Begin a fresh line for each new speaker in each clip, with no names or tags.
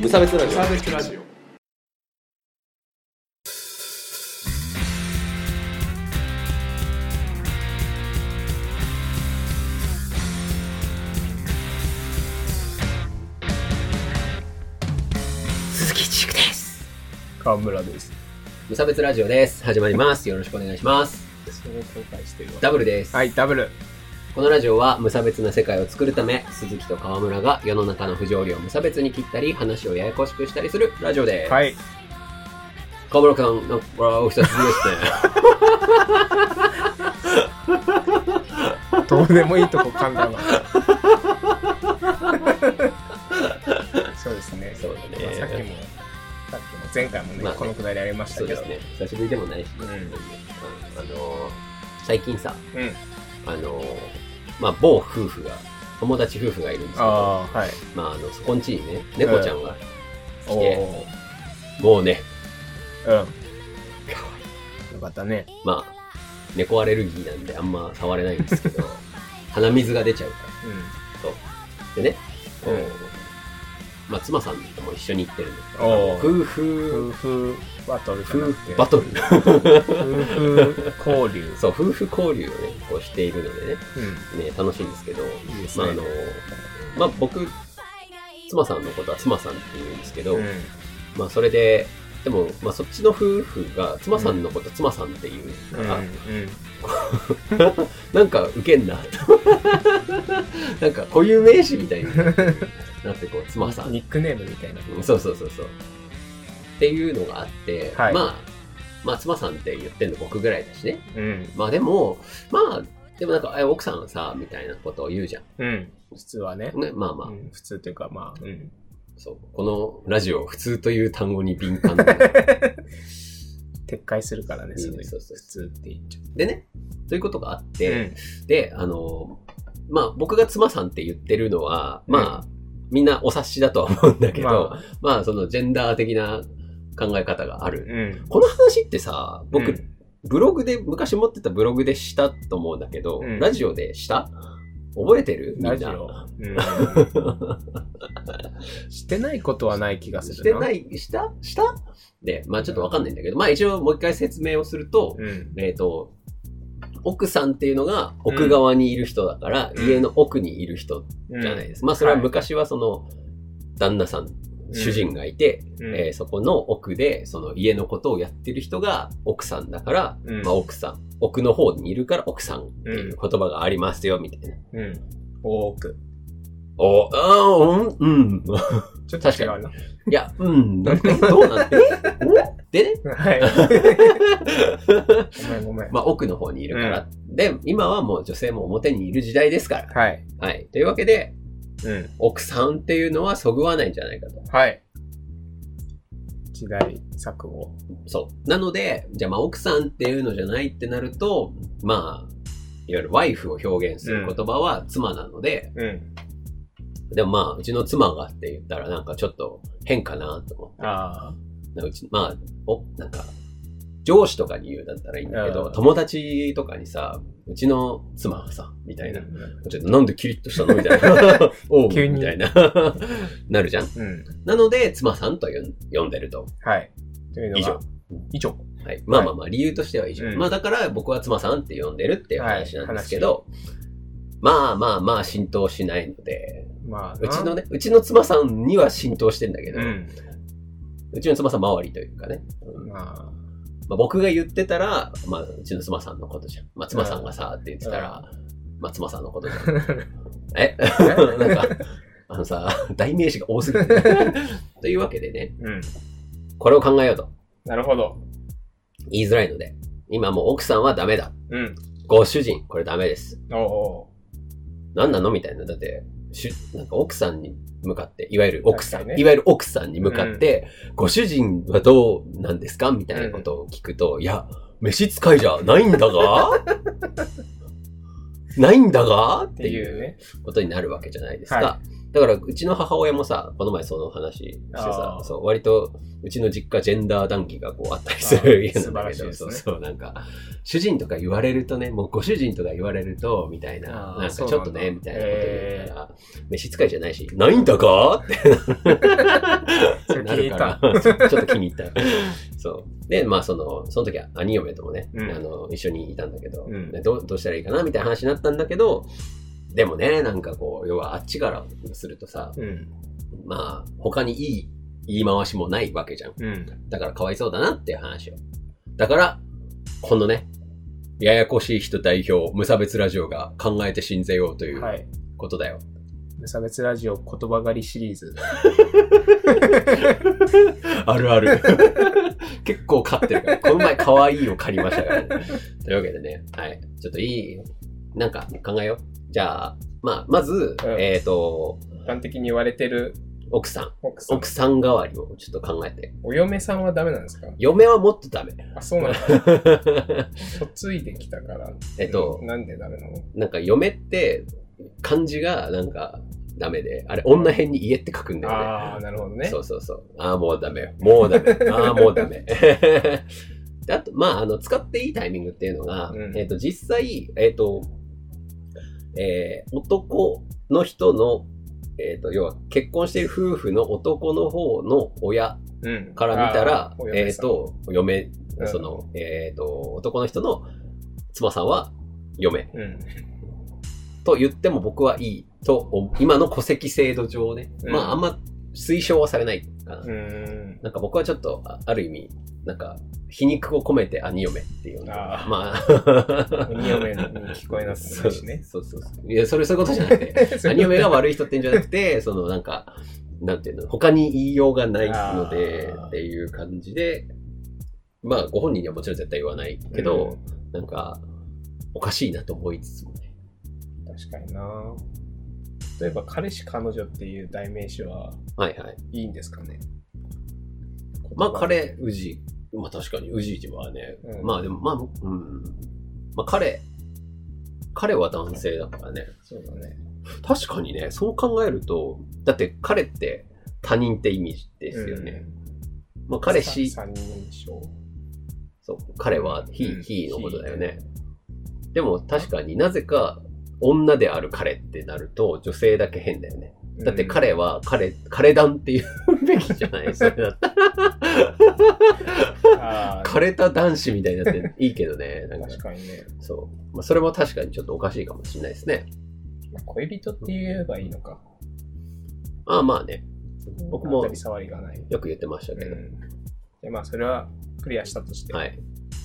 無差別ラジオ
サービスラジオ
鈴木地区です。
河村です。
無差別ラジオです始まりますよろしくお願いします
そう後悔してる
ダブルです、
はい、ダブル。
このラジオは無差別な世界を作るため鈴木と河村が世の中の不条理を無差別に切ったり話をややこしくしたりするラジオです、
はい。
河村君なんかお久しぶりですね
どうでもいいとこ噛んだわ。そうですね。
そうだね
まあさっきも、さっきも前回もね、
まあね
このくだりありまし
そ
た
う
け
で
ど。
すね久しぶりでもないし、
うん
あの最近さ
うん。
あのまあ某夫婦が友達夫婦がいるんですけど
ああ、はい。
まああのそこんちにね猫ちゃんが来
お
て、
お
もうね
ー。うん。よかったね。
まあ、猫アレルギーなんであんま触れないんですけど、鼻水が出ちゃうか
う
ら。でね、こう、
うん
まあ、妻さんとも一緒に行ってるんですけど、
おー
夫
ん。夫
婦、
婦バトルかな
夫
って
婦バトル。
夫婦交流。
そう、夫婦交流をね、こうしているのでね、ね楽しいんですけど、
うん。いいです
まあ、
ね。
あの、まあ、僕、妻さんのことは妻さんって言うんですけど、
うん。
まあ、それで、でも、まあ、そっちの夫婦が妻さんのこと妻さんっていうか
うん
ら、
うん。
なんかウケんな なんか固有名詞みたいになってこう妻さん
ニックネームみたいな。
そうそうそうそうっていうのがあって、
はい
まあまあ妻さんって言ってんの僕ぐらいだしね
うん。
まあでもまあでもなんかあ奥さんさみたいなことを言うじゃ
うん。普通はね
ん、。ね、まあまあ、
うん普通というか、まあ、うん。
そうこのラジオ普通という単語に敏 感な
撤回するからね、
いい
そ
ね
の
そうそう
普通って言っちゃ
でねそういうことがあっ
う。
て、で、あの、まあ、僕が妻さんって言ってるのは、まあ、みんなお察しだとは思うんだけど、ま
ま
あ、そのジェンダー的な考え方があ
う
る。
ん。
この話ってさ、僕、
うん
ブログで、昔持ってたブログでしたと思うんだけど、
うん
ラジオでした覚えてるみんな。
ラ ジオ。うんしてないことはない気がする。
してないい、したしたで、まあちょっとわかんないんだけど、まあ一応もう一回説明をすると、
うん。
えっ、と、奥さんっていうのが奥側にいる人だから、
うん
家の奥にいる人じゃないです。まあそれは
はい
昔はその旦那さん、主人がいて、
うん
えーそこの奥でその家のことをやってる人が奥さんだから、
うん
まあ奥さん、奥の方にいるから奥さんっていう言葉がありますよみたいな。
うん。多く。
おあーうん、うん。
ちょっと違うな。
いや、うん。なんかどうなん えおでね、
はい。ごめんごめん。
まあ奥の方にいるから。で、今はもう女性も表にいる時代ですから。
はい。
はい。というわけで、
うん。
奥さんっていうのはそぐわないんじゃないかと。
はい。時代錯誤。
そう。なので、じゃあまあ奥さんっていうのじゃないってなると、まあ、いわゆるワイフを表現する言葉は妻なので、
うん。
でもまあ、うちの妻がって言ったらなんかちょっと変かなと思って。
あ
なんかうち、まあ、お、なんか、上司とかに言うんだったらいいんだけ
う
ど、
ん
友達とかにさ、うちの妻がさ、み
あ。
たいな。ちょっとなんでキリッとしたのみたい な。おう、
急に
みたいな。 なるじゃん。
うん。
なので、妻さんと呼ん呼んでると。
はい。というのが。
以上。
以上。
はい、まあまあまあ理由としては以上、
うん
まあだから僕は妻さんって呼んでるっていう話なんですけど、まあまあまあ浸透しないので
まあな、
うちのねうちの妻さんには浸透してんだけど、
う。
うんちの妻さん周りというかね、うん
ま
まあ、僕が言ってたら、まあ、うちの妻さんのことじゃん、まあ、妻さんがさって言ってたら、まあ妻さんのことじゃん
あ。
え なんかあのさ代名詞が多すぎ るというわけでね
うん。
これを考えようと
なるほど。
言いづらいので今もう奥さんはダメだ
うん。
ご主人これダメです
おお
何なのみたいな。だって、しなんか奥さんに向かって、いわゆる奥さん、
確かにね
いわゆる奥さんに向かって、ご主人はどうなんですかみたいなことを聞くと、いや、召使いじゃないんだ がないんだがっ
ー。ってていう
いう
ね。
ことになるわけじゃないですか。
は
だから、うちの母親もさ、この前その話してさ
あ、ー
そう、割と、うちの実家ジェンダー談義がこうあったりする家なんだけ
あ
ど、
ー素晴
そう
らしいです
そう、なんか、主人とか言われるとね、もうご主人とか言われると、みたいな
あ、ー
なんか
そう
ち
なん
ょ
だ
っとね、みたいなこと言うから、召使いじゃないし、ないんだかって
それ
な
気
る
に入っ
か
た
ら、 ちょっと気に入った。そう。で、まあ、その、その時は兄嫁ともね、
うん
あの、一緒にいたんだけど、
うん
でどうどうしたらいいかなみたいな話になったんだけど、でもね、なんかこう、要はあっちからするとさ、
うん。
まあ、他にいい言い回しもないわけじゃん。
うん。
だからかわいそうだなっていう話を。だから、このね、ややこしい人代表、無差別ラジオが考えて信ぜようとい
は
う
い。
ことだよ。
無差別ラジオ言葉狩りシリーズ。
あるある。 結構買ってるから。この前可愛いを借りましたからね。というわけでね、はい。ちょっといい、なんか考えよう。じゃあ、まあ、まず、
うん
えっ、と、
端的に言われてる
奥さん。
奥さん。
奥さん代わりをちょっと考えて。
お嫁さんはダメなんですか
嫁はもっとダメ。
あ、そうなんだ。嫁いできたから。
えっと
なんでダメなの
なんか嫁って漢字がなんかダメで、あれ女編に家って書くんだよね。
ああ、なるほどね。
そうそうそう。ああ、もうダメ。もうダ メ。ああ、もうダメ。 であと、まあ、あの、使っていいタイミングっていうのが、
うん
えっ、と、実際、えっ、と、えー男の人の、えっ、と、要は結婚している夫婦の男の方の親
うん。
から見たら
あーお、
えっ、
嫁さん
と、嫁、
うん
その、えっ、と、男の人の妻さんは嫁
うん。
と言っても僕はいいと思う、今の戸籍制度上ね、
うん
まあ、あんま推奨はされないかな。
うーん。
なんか僕はちょっと、あある意味、なんか、皮肉を込めて兄嫁っていうのが
あー
まあ、
鬼嫁に聞こえなくなるしね。
そうそうそう。いや、それそういうことじゃなくて、 兄嫁が悪い人ってんじゃなく て、そのなんか、なんていうの、他に言いようがないので
あー、
っていう感じで、まあ、ご本人にはもちろん絶対言わないけど、なんか、おかしいなと思いつつもね。
確かにな例えば彼氏彼女っていう代名詞は
はいはい。
いいんですかね
まあ、彼、宇治。まあ、確かに、宇治一はね、
うん
まあ、でも、まあ、うん。まあ、彼、彼は男性だからね。
そうだね
確かにね、そう考えると、だって彼って他人って意味ですよね。まあ、彼氏、
三人称
そう、彼は非、
うん
非のことだよね。でも、確かになぜか、女である彼ってなると、女性だけ変だよね。だって彼は、彼、彼団っていう べきじゃないそれ だったら
うんあー
枯れた男子みたいになっていいけどね。なんか
確かにね、
そう。まあ、それも確かにちょっとおかしいかもしれないですね。
まあ恋人って言えばいいのか
ああ、まあね。僕も
当たり障りがない、
よく言ってました
う
けど。
ん、でまあそれはクリアしたとして、
はい。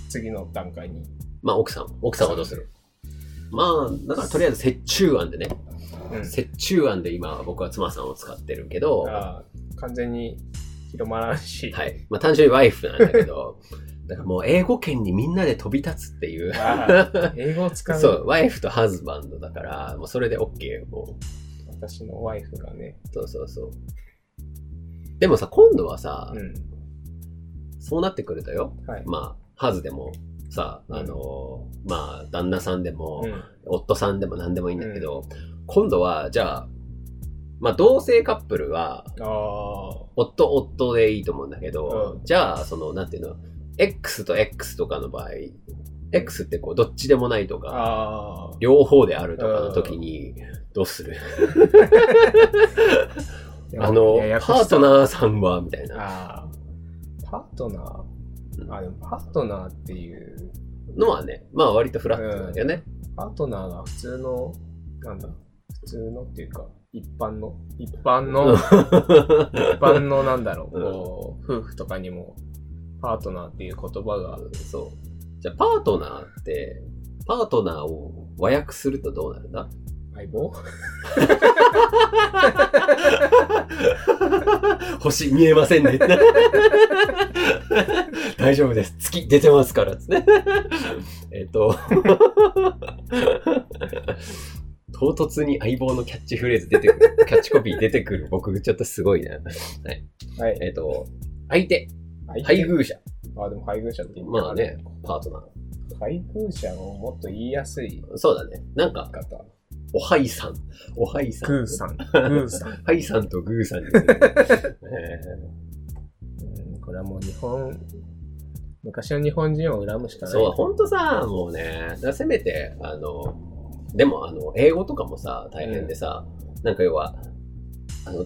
次の段階に
まあ、奥さん。奥さんはどうするまあ、だからとりあえず折衷案でね。
うん
折衷案で今は僕は妻さんを使ってるけど、は
あー完全に広まらんし、
い。まあ、単純にワイフなんだけど、 だからもう英語圏にみんなで飛び立つっていう。
あー英語を使う
そう、ワイフとハズバンドだから、もうそれで OK よ。もう
私のワイフがね、
そうそうそう。でもさ、今度はさ、
うん
そうなってくるとよ。
はい
まあ、ハズでもさ、あの、まあ、旦那さんでも、
うん
夫さんでも何でもいいんだけど、今度は、じゃあ、まあ、同性カップルは、
ああ
夫、夫でいいと思うんだけど、
うん
じゃあ、その、なんていうの、X と X とかの場合、X ってこう、どっちでもないとか、
ああ。
両方であるとかの時に、どうするあの、パート
ー。
ナーさんは、みたいな
ああ。パートナ
うん
ーあ、でもパートナーっていう、
のはね、まあ割とフラットだけどね。
パートナーが普通の、なんだ、普通のっていうか、一般の、一般の、一般のなんだろう、
うん
こう、夫婦とかにも、パートナーっていう言葉が、
そう。じゃあ、パートナーって、パートナーを和訳するとどうなるんだ
相棒
星見えませんね。 大丈夫です。月出てますからっつって。 えっと、 唐突に相棒のキャッチフレーズ出てくる、キャッチコピー出てくる僕、ちょっとすごいな。
はい。
えっと、相手、
配
配偶者。
あ、でも配偶者って言った
まあ。ね、パートナ
配偶者をもっと言いやすい
ー。そうだね。なんか、
方。
おはいさん。おはいさん。
グーさん。グーさん。
はいさんとグーさんですね。
うんこれはもう日本、昔の日本人を恨むし
え
か
ー
ない。
そう、ほんとさ、もうね、だからせめて、あの、でも、あの、英語とかもさ、大変でさ、なんか要は、あの、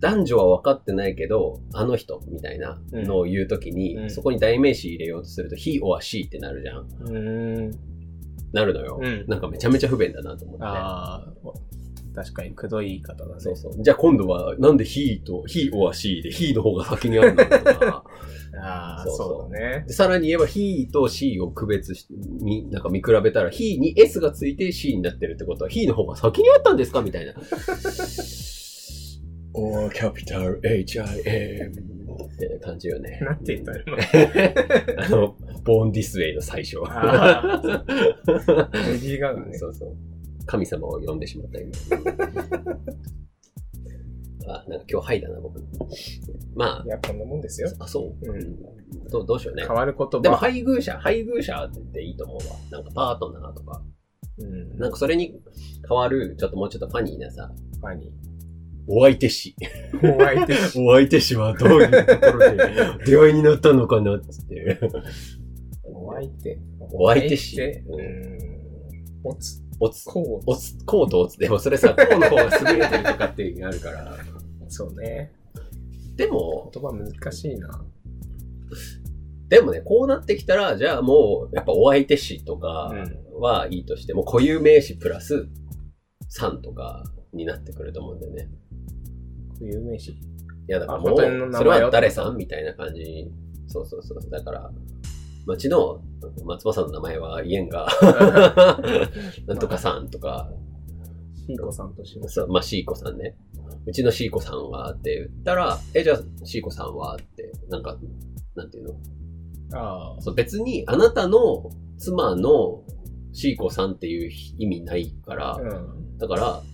男女は分かってないけど、あの人みたいなのを言うときに、
うん
そこに代名詞入れようとすると、he or she ってなるじゃん。
うーん。
なるのよ。
うん
なんかめちゃめちゃ不便だなと思って。
ああ、確かにくどい言い方だね。
そうそう。じゃあ今度は、なんで he と、he or she で he の方が先にあるんだろうとか。
ああ、
そうそう
そうだね。
でさらに言えば he と she を区別し、に、なんか見比べたら he に s がついて she になってるってことは he の方が先にあったんですかみたいな。or capital HIM って感じよね。
なんて言った らいい
あ
の
の、born this way の最初。
ああ、レディーガガね。
そうそう。神様を呼んでしまった今。 あ、なんか今日ハイだな、僕。ま
いや、こんなもんですよ。
あ、あ、そう。
うん
うん、どうどうしようね
変。わる言葉。
でも配偶者、配偶者って言っていいと思うわ。なんかパートナーとか。
うん、
なんかそれに変わる、ちょっともうちょっとファニーなさ、
ファニ
お相手し。
ー。お相手し。
お相手しはどういうところ で出会いになったのかなっつって。
お相手。
お相手し
お相手うん。おつ、
おつ、
こ
おつ、コートおつ。でもそれさ、コーの方が優れてるとかっていうのがあるから。
う。そうね。
でも、
言葉難しいな。
でもね、こうなってきたら、じゃあもう、やっぱお相手しとか
うん。
はいいとしても、固有名詞プラス3とかになってくると思うんだよね。
有 名詞。
いやだから
あ
も
本当に
う、
名前を
それは誰さんみたいな感じ。そうそうそう。だから、町の松葉さんの名前は言えんが、 なんとかさんとか、
ひいこさんとします。
そうまあ、シーコさんね。うちのシーコさんはって言ったら、え、じゃあシーコさんはって、なんか、なんていうの
ああ。
そう別にあなたの妻のシーコさんっていう意味ないから、
うん。
だから、だか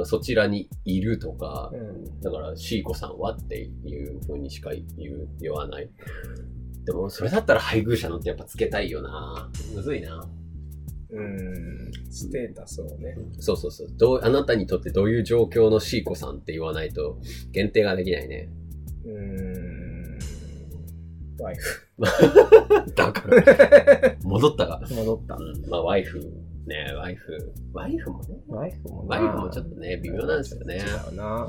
らそちらにいるとか、
うん。
だから、シーコさんはっていう風にしか言う、言わない。でも、それだったら配偶者のってやっぱつけたいよなむずいな
うん。ステータスをね。
そうそうそう。どう、あなたにとってどういう状況のシーコさんって言わないと限定ができないね。
うーん。ワイフ。
だ から、戻ったが。
戻った。
うん、まあ、ワイフ。ねワイフ。ワイフもね。
ワイフも
ワイフもちょっと
ね、
ね、微妙なんですよね。
違うな。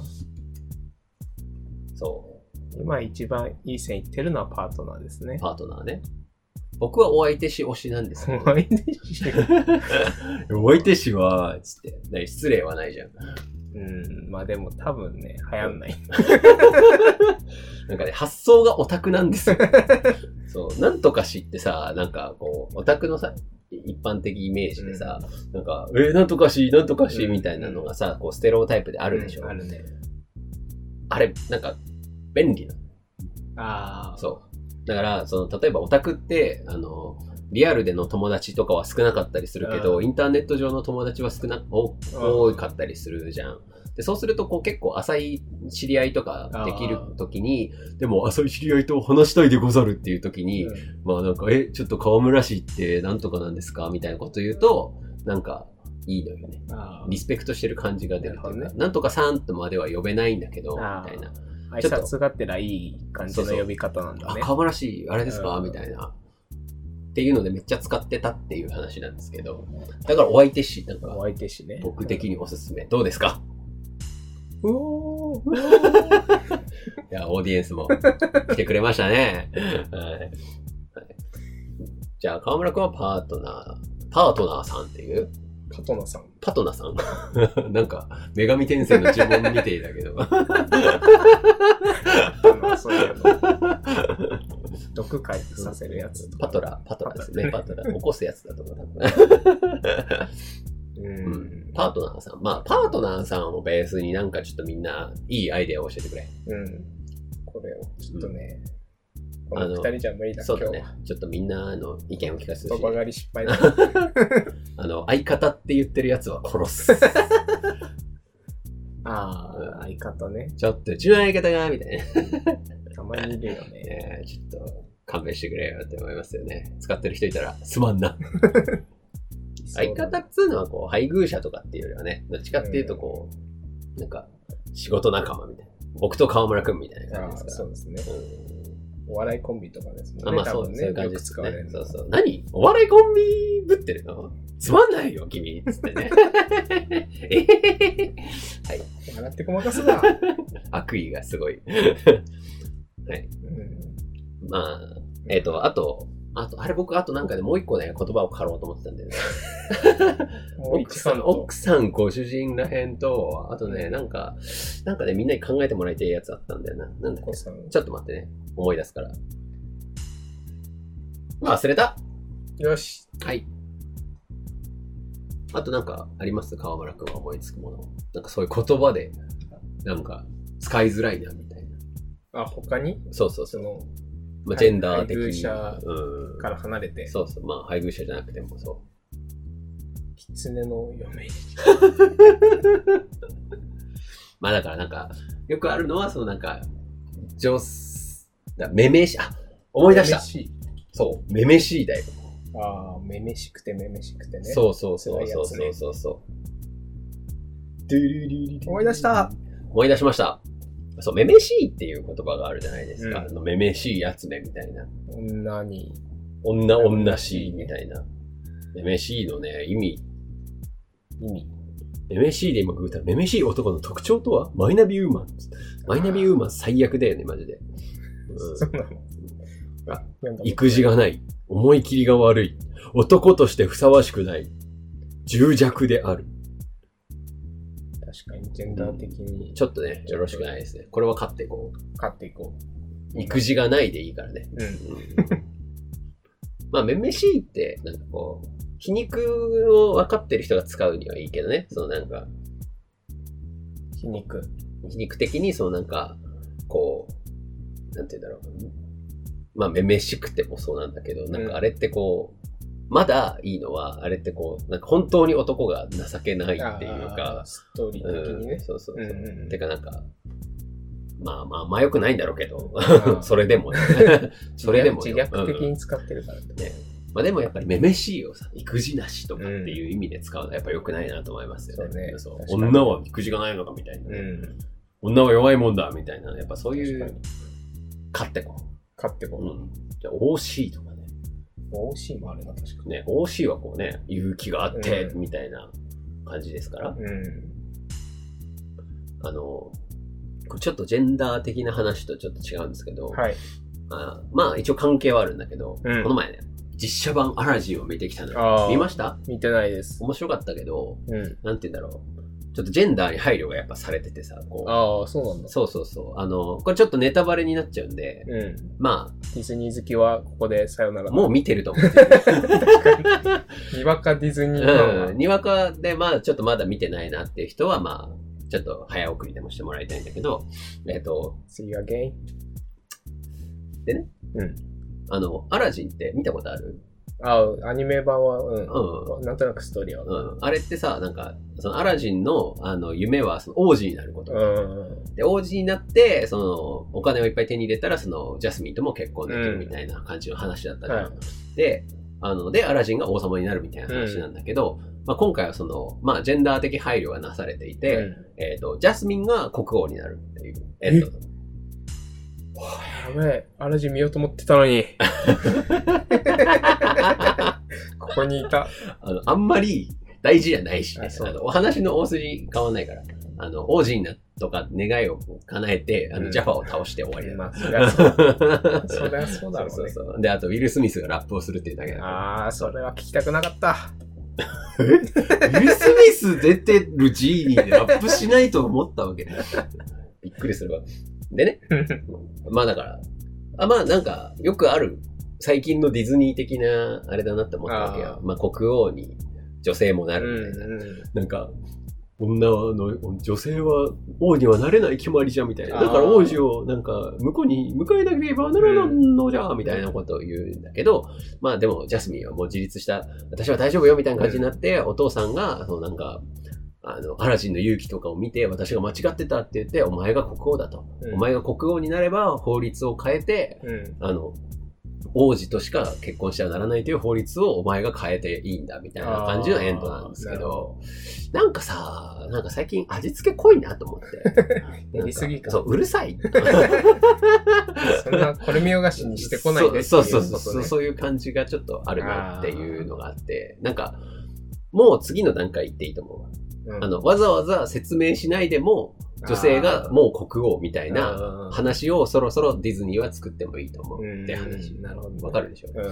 そ
今一番いい線いってるのはパートナーですね
う。。パートナーね。僕はお相手し推しなんですけど
ワイフしてく
お相手しは、つって。ね失礼はないじゃん。
うん。まあでも多分ね、流行んない。
なんかね、発想がオタクなん ですよ。そう、なんとかしってさ、なんかこう、オタクのさ、一般的イメージでさ、なんか、えーなんとかし、なんとかし、
うん
みたいなのがさ、こう、ステレオタイプであるでしょ。
うんあるね。
あれ、なんか、便利な。
ああ。
そう。だから、その、例えばオタクって、あの、リアルでの友達とかは少なかったりするけど、
うん
インターネット上の友達は少な、お多かったりするじゃん。で、そうすると、こう結構浅い知り合いとかできるときに、でも浅い知り合いと話したいでござるっていうときに、
うん
まあなんか、え、ちょっと河村市ってなんとかなんですかみたいなこと言うと、なんか、いいのよね。
あ
リスペクトしてる感じが出るという
な
か、
るほど
なんとかさんとまでは呼べないんだけど、み
あー
たいな。
あ。挨拶がてらいい感じの呼び方なんだ
あ、
ね。
河村市、あれですか
うん
みたいな。っていうのでめっちゃ使ってたっていう話なんですけど、だからお相手し、なん
お
か、
相手しね。
僕的におすすめ。どうですか
うおー。
いや、オーディエンス も来てくれましたね。はい。はいじゃあ、河村くんはパートナー、パートナーさんっていう
パトナさん。
パトナさんなんか、女神転生の呪文みてえだけど。
パトナそういうの。毒回復させるやつと
パ
か。
トラ、パトラですね。パトラ。起こすやつだと思う。多分
う。
うんパートナーさん。まあ、パートナーさんをベースになんかちょっとみんないいアイデアを教えてくれ。
うん。これを、ちょっとね、
ん
この二人じゃ無理だ、
そうだ
今
ね。ちょっとみんなの意見を聞かせ
日
てほ
は。
し
言葉
い。
狩り失敗だ。う
あの、相方って言ってるやつは殺 す。
んああ、相方ね。
ちょっと、うちの相方が、みたいな。
たまにいるよね。
ねえちょっと、勘弁してくれよって思いますよね。使ってる人いたら、すまんな。
きそう
相
だ
方っつうのはこう、配偶者とかっていうよりはね、どっちかっていうとこう、なんか、仕事仲間みたいな。僕と川村くんみたいな
あ
感じ
ー
です
そ
か
うですね
ら。うん
お笑いコンビとかですもん
あ
ね
まあ
多
そう
分
そういう
ね
感
よ
じで
く
す
使わ
ね
れる。の
そうそう。何お笑いコンビぶってるのつまんないよ、君つってね。 えへへへ
笑ってごまかす な、
悪意がすごい。
うん
まあ、えっ、と、あと、あと、あれ僕、あとなんかでもう一個ね、言葉を借ろうと思ってたんだよね。奥さん、奥さん、ご主人らへんと、あとね、なんか、なんかね、みんなに考えてもらいたいやつあったんだよな。なんだっけ
奥さん
ちょっと待ってね。思い出すから。忘れた
よし
はい。あとなんかあります川村くんは思いつくもの。なんかそういう言葉で、なんか使いづらいなみたいな。
あ他に
そうそうそ。
そうの
まあ、
配
ジェンダー的
配偶者
うん。
から離れて
そうそう。まあ配偶者じゃなくてもそ
狐の嫁に
う。まあだからなんか、よくあるのはそのなんか、女す、だめめしい、あ、思い出した
めめしい
そう。めめしいだよ。
ああめめしくてめめしくてね
そうそうそうそうそ
辛いや
う
つ
そうそう。
思い出した
思い出しました。そう、めめしいっていう言葉があるじゃないですか。
うん
あのめめしいやつね、みたいな。
女に
女女しいみたいな。めめしいのね、意味。
意味
めめしいで今ググったら、めめしい男の特徴とはマイナビウーマン。マイナビウーマン最悪だよね、マジで。うん
そうなの
あ
なんか
育児がない。思い切りが悪い。男としてふさわしくない。重弱である。
確かにジェンダー的に
ちょっとね、よろしくないですね。これは勝っていこう。
勝っていこう
育児がないでいいからね。
うん
まあ、めめしいって、なんかこう、皮肉を分かってる人が使うにはいいけどね。そのなんか、
皮肉
皮肉的に、そのなんか、こう、なんて言うんだろう。まあ、めめしくてもそうなんだけど、なんかあれってこう、まだいいのは、あれってこう、なんか本当に男が情けないっていう
あー
か、
ストーリー的
う
に
ん、
ね
そうそうそう。
うんうんうん
てかなんか、まあまあ、まあ良くないんだろうけど
う、ん
それで もね、それでもよ
自虐的
うん
に使ってるからって
ねまあでもやっぱり、めめしいをさ、育児なしとかっていう意味で使うのはやっぱ良くないなと思いますよね。
そうね
そう
確かに
女は育児がないのかみたいな、ね
ん
女は弱いもんだみたいな。やっぱそうい
確か
う、勝ってこ
勝ってこ
う。
う
うん。じゃあ OC とかね。
OC もあるな、確かに。
ね、OC はこうね、勇気があって、
うん
みたいな感じですから。
うん。
あの、こうちょっとジェンダー的な話とちょっと違うんですけど、
はい。
あまあ一応関係はあるんだけど、
うん
この前ね、実写版アラジンを見てきたのよ。
あ
見ま
し
した
見てないです。
面白かったけど、
うん。
なんて言うんだろう。ちょっとジェンダーに配慮がやっぱされててさ、こ
ああ、そうなん
う。
だ。
そうそうそう。あの、これちょっとネタバレになっちゃうんで、
うん。デ
ま
ィズニー好きはここでさよな
あ、
ら。
もう見てると思う。
にわかディズニーファンは
うん。にわかで、まあ、ちょっとまだ見てないなっていう人は、まあ、ちょっと早送りでもしてもらいたいんだけど、えっと、
次はゲイ
あの、アラジンって見たことある
ああ、アニメ版は、う
う
ん。なんとなくストーリーは。
うん。あれってさ、なんか、そのアラジンの、あの、夢は、その王子になること。
うん。
で、王子になって、その、お金をいっぱい手に入れたら、その、ジャスミンとも結婚できるみたいな感じの話だったじゃん。
うんは
で、あの、で、アラジンが王様になるみたいな話なんだけど、まあ、今回はその、まあ、ジェンダー的配慮がなされていて、
うん
えっ、と、ジャスミンが国王になるっていう。えっと、
やべえ、アラジン見ようと思ってた のに。ここにいた。
あの、あんまり大事じゃないし、ね
あ、そう
あのお話の大筋変わんないから、あの、王子になとか願いを叶えて、あの、
うん
ジャファを倒して終わりだ
まあ、そり ゃそうそ
そ
りゃそうだろう
うそ
ね。
うそう。で、あと、ウィル・スミスがラップをするっていうだけだから。
ああ、それは聞きたくなかった。
ウィル・スミス出てるジーニーでラップしないと思ったわけ。 びっくりするわ。でね、まあだから、あまあなんか、よくある、最近のディズニー的な、あれだなって思ったわけよ
あ。ー
まあ国王に女性もなるみたいな。
うん。
なんか、女の、女性は王にはなれない決まりじゃんみたいな。
あー
だから王子をなんか、向こうに迎えなければならなんのじゃ、みたいなことを言うんだけど、まあでも、ジャスミンはもう自立した、私は大丈夫よみたいな感じになって、お父さんが、そのなんか、あの、アラジンの勇気とかを見て、私が間違ってたって言って、お前が国王だと。
うん
お前が国王になれば、法律を変えて、
うん。
あの、王子としか結婚してはならないという法律をお前が変えていいんだみたいな感じのエンドなんですけど、なんかさ、なんか最近味付け濃いなと思 って。
やりすぎか
そう、うるさい。
そんな、これ見よがしにしてこないでってい
そううそう
こ
そう
と
そう、
ね
そういう感じがちょっとあるなっていうのがあって、なんか、もう次の段階行っていいと思うわ。
うん
あの、わざわざ説明しないでも、女性がもう国王みたいな
あー
話をそろそろディズニーは作ってもいいと思うって話。
うんなるほどね
わかるでしょ
うん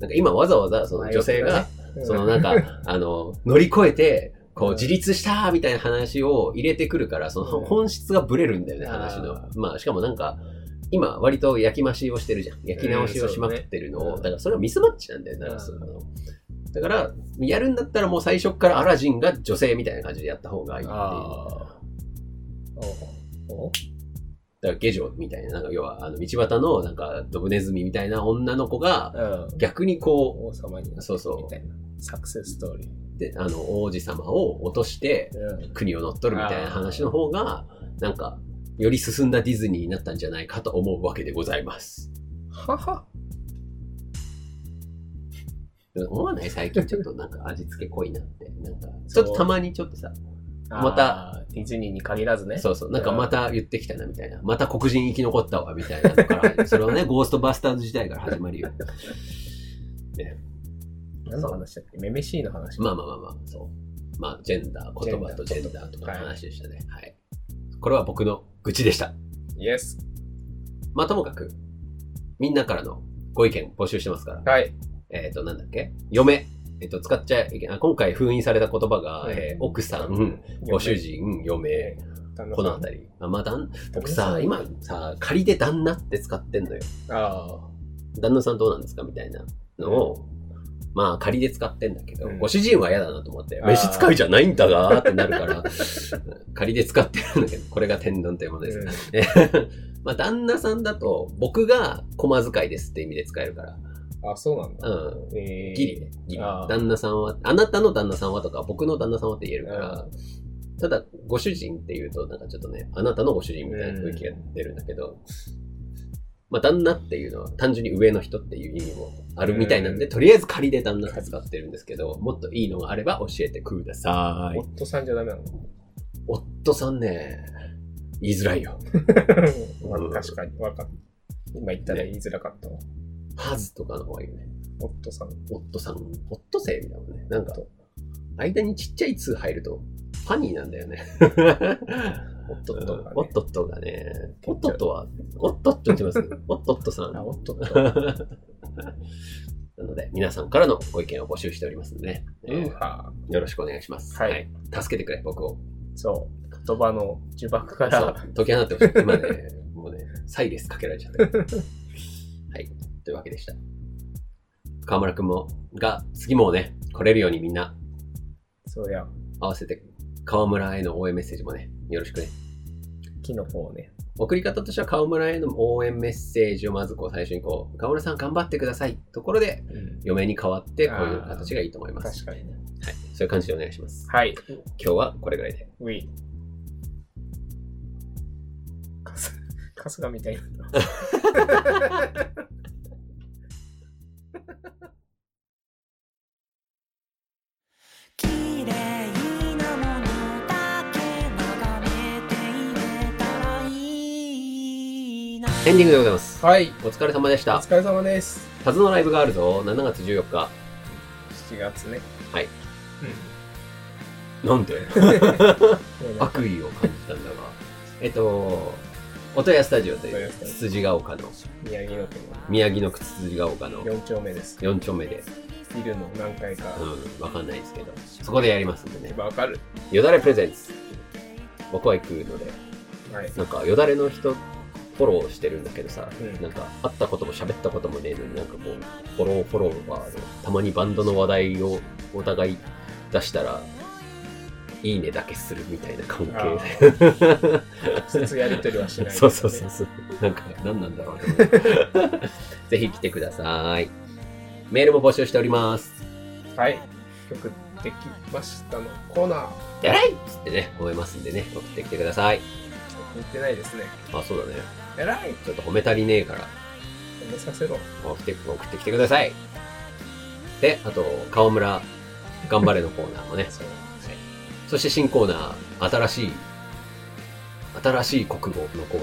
なんか今わざわざその女性が、そのなんか、あの、乗り越えて、こう自立したみたいな話を入れてくるから、その
うん
本質がブレるんだよね、話の
あ。
まあ、しかもなんか、今割と焼き増しをしてるじゃん。焼き直しをしまくってるの
うんそう
を、だ
ね
からそれはミスマッチなんだよね、だ
うん
からそのだから、やるんだったらもう最初っからアラジンが女性みたいな感じでやった方がいいっていう。
ああ。おお
だから下女みたいな、なんか要は、あの、道端のなんかドブネズミみたいな女の子が、
うん
逆にこう、
王様になって
そうそう
みたいな。サクセスストーリー。
で、あの、王子様を落として、
うん
国を乗っ取るみたいな話の方が、なんか、より進んだディズニーになったんじゃないかと思うわけでございます。
はは。
思わない最近ちょっとなんか味付け濃いなって。なんか、ちょっとたまにちょっとさ、また
あー。ディズニーに限らずね。
そうそう、なんかまた言ってきたなみたいな。また黒人生き残ったわみたいなの から、それはね、ゴーストバスターズ時代から始まるよ。
何の話だっけめめしいの話。
まあまあまあまあ、そう。まあ、ジェンダー、言葉とジェンダーとかの話でしたね。はい。これは僕の愚痴でした。
イエス。
まあ、ともかく、みんなからのご意見募集してますから。
はい。
えっ、と、なんだっけ嫁。えっ、と、使っちゃいけない。あ今回封印された言葉が、
うん
えー奥さん、ご主。人、嫁、
旦那さん
このあたり。あまあ、旦
旦那
僕
さ
さ、
ん
今さ、仮で旦那って使ってんのよ。
あ
旦那さんどうなんですかみたいなのを、まあ、仮で使ってんだけど、
うん
ご主人は嫌だなと思って、
あー
飯使いじゃないんだがーってなるから、 仮で使ってるんだけど、これが天丼というも
あ。
のです。
うん
まあ、旦那さんだと、僕が駒使いですって意味で使えるから、
あ、そうなんだ。
うん。
えー
ギリね。ギリ。
あー
旦那さんは、あなたの旦那さんはとか、僕の旦那さんはって言えるから
う、
ただ、ご主人って言うと、なんかちょっとね、あなたのご主人みたいな雰囲気が出るんだけど、まあ、旦那っていうのは単純に上の人っていう意味もあるみたいなんで、
うん
とりあえず仮で旦那って使ってるんですけど、もっといいのがあれば教えてください。
夫さんじゃダメなの
夫さんね、言いづらいよ。
まあ確かに。わかっ今言ったら言いづらかったわ。
はずとかの方がいいよね。
夫さん。
夫さん、夫生みたいなもんね。なんか、間にちっちゃい2入ると、ファニーなんだよね。
おっとっとがね
おっとっとがね。 おっとっとは、おっとっと言ってます。おっとっとさん。
あ、
な
おっとっと。
ので、皆さんからのご意見を募集しておりますのでね、
う
え
んは
ーよろしくお願いします。
はい
助けてくれ、僕 を。
そう。言葉の呪縛か
そ
ら。
う、解き放ってほしい。今ね、もうね、サイレスかけられ ちゃった。はい。というわけでした。河村くんも、が、次もね、来れるようにみんな、
そうや。
合わせて、河村への応援メッセージもね、よろしくね。
キノコをね。
送り方としては河村への応援メッセージをまずこう最初にこう、河村さん頑張ってください。ところで、嫁に代わってこういう形がいいと思います。
確かにね。
はい。そういう感じでお願いします。
はい。
今日はこれぐらいで。
ウィ。カス、カスがみたいな。
綺麗なものだけ眺めていれたらいいな
エンディングでございます。
はい。
お疲れ様でし
お
た。
疲れ様です。
タズのライブがあるぞ。7月14日。
7月ね。
はい
うん。
なん で
あ、
悪意を感じたんだが。えっと、音屋スタジオという、つつじが丘の、
宮城の県
宮城のつつじが丘の
4丁目です。
4丁目で、
ビルの何階か。
うん、わかんないですけど、そこでやりますんでね。
わかる。
よだれプレゼンツ。僕は行くので。
はい。
なんかよだれの人フォローしてるんだけどさ、
うん
なんか会ったことも喋ったこともねえのになんかこうフォローフォローはたまにバンドの話題をお互い出したらいいねだけするみたいな関
あ
係
ー直接やりとりはしない、
そうそうそう。そうなんか何なんだろうと思って ぜひ来てくださいメールも募集しております
はい。曲できましたのコーナー。
えらいっつってね思いますんでね送ってきてください
言ってないですね。
あそうだね
えらい
ちょっと褒め足りねえから
褒めさせろ。
送って、送ってきてください。で、あと、河村、頑張れのコーナーもね。
そう。
そして新コーナー、新しい、新しい国語のコー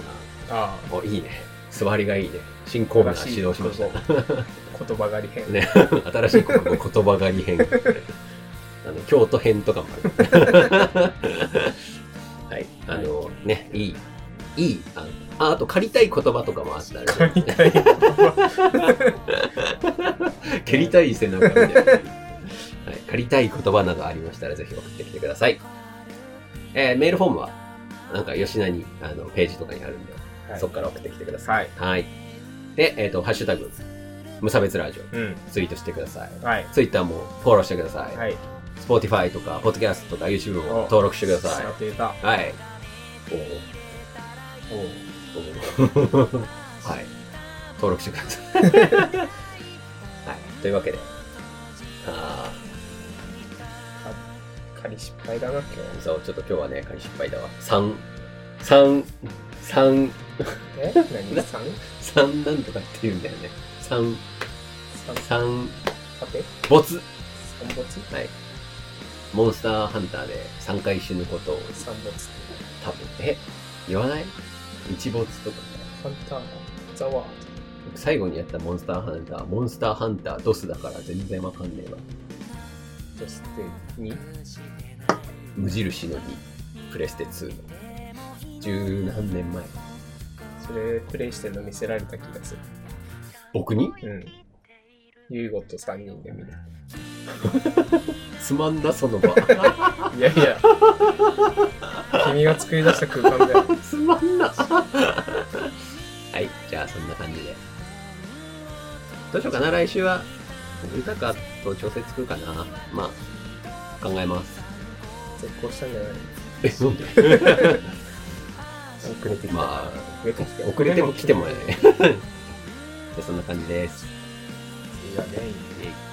あ
ナー。お、いいね。座りがいいね。新
あ、
コーナー始動しました。
新い国語言葉 狩り編。
ね、新しい国語言葉狩り編。 あの、京都編とかもある。 はい。あの、ね、いい、いい、あのあ、あと借りたい言葉とかもあったら、
借りたい言葉。
蹴りたい背中みたいな。はい、借りたい言葉などありましたら、ぜひ送ってきてください。えーメールフォームは、なんか、吉菜に、あの、ページとかにあるんで、
はい
そっから送ってきてくださ
はい。
い。はい。で、えっ、と、ハッシュタグ、無差別ラジ
うん。
オ、ツイートしてください。
はい。
ツイッターもフォローしてください。
はい。
Spotify とか、Podcast とか、YouTube も登録してくださ
やっていた。
い。はい。お
おう
おおはい。登録してくださ い。はい。というわけで、あ
仮失敗だな、今
ー、そう、ちょっと今日はね、仮失敗だわ。3、3、3、
日。え何 ?3?
3なんとかって言うんだよね。3、
三
3、
さて
没。
三没
はい。モンスターハンターで3回死ぬことを
三没
多分、え言わない一没とかさ。
ハンター、ザワー
最後にやったモンスターハンター、モンスターハンタードスだから全然わかんねえわ。
ド、ドステに、
無印の2、プレステ2の。十何年前。
それプレイしてるの見せられた気がす
僕に
る。うん。ユーゴと3人で見る。
つまんな、その場。
いやいや、君が作り出した空間だよ。
つまん な。はい、じゃあそんな感じで。どうしようかな、来週は。豊かと調整つくかな。まあ、考えます。
絶好したんじゃない
え、なん で
遅れてきた。
まあ、
遅れてきた。
遅 れても来てもらえない。じゃあそんな感じです。
いやね。
えい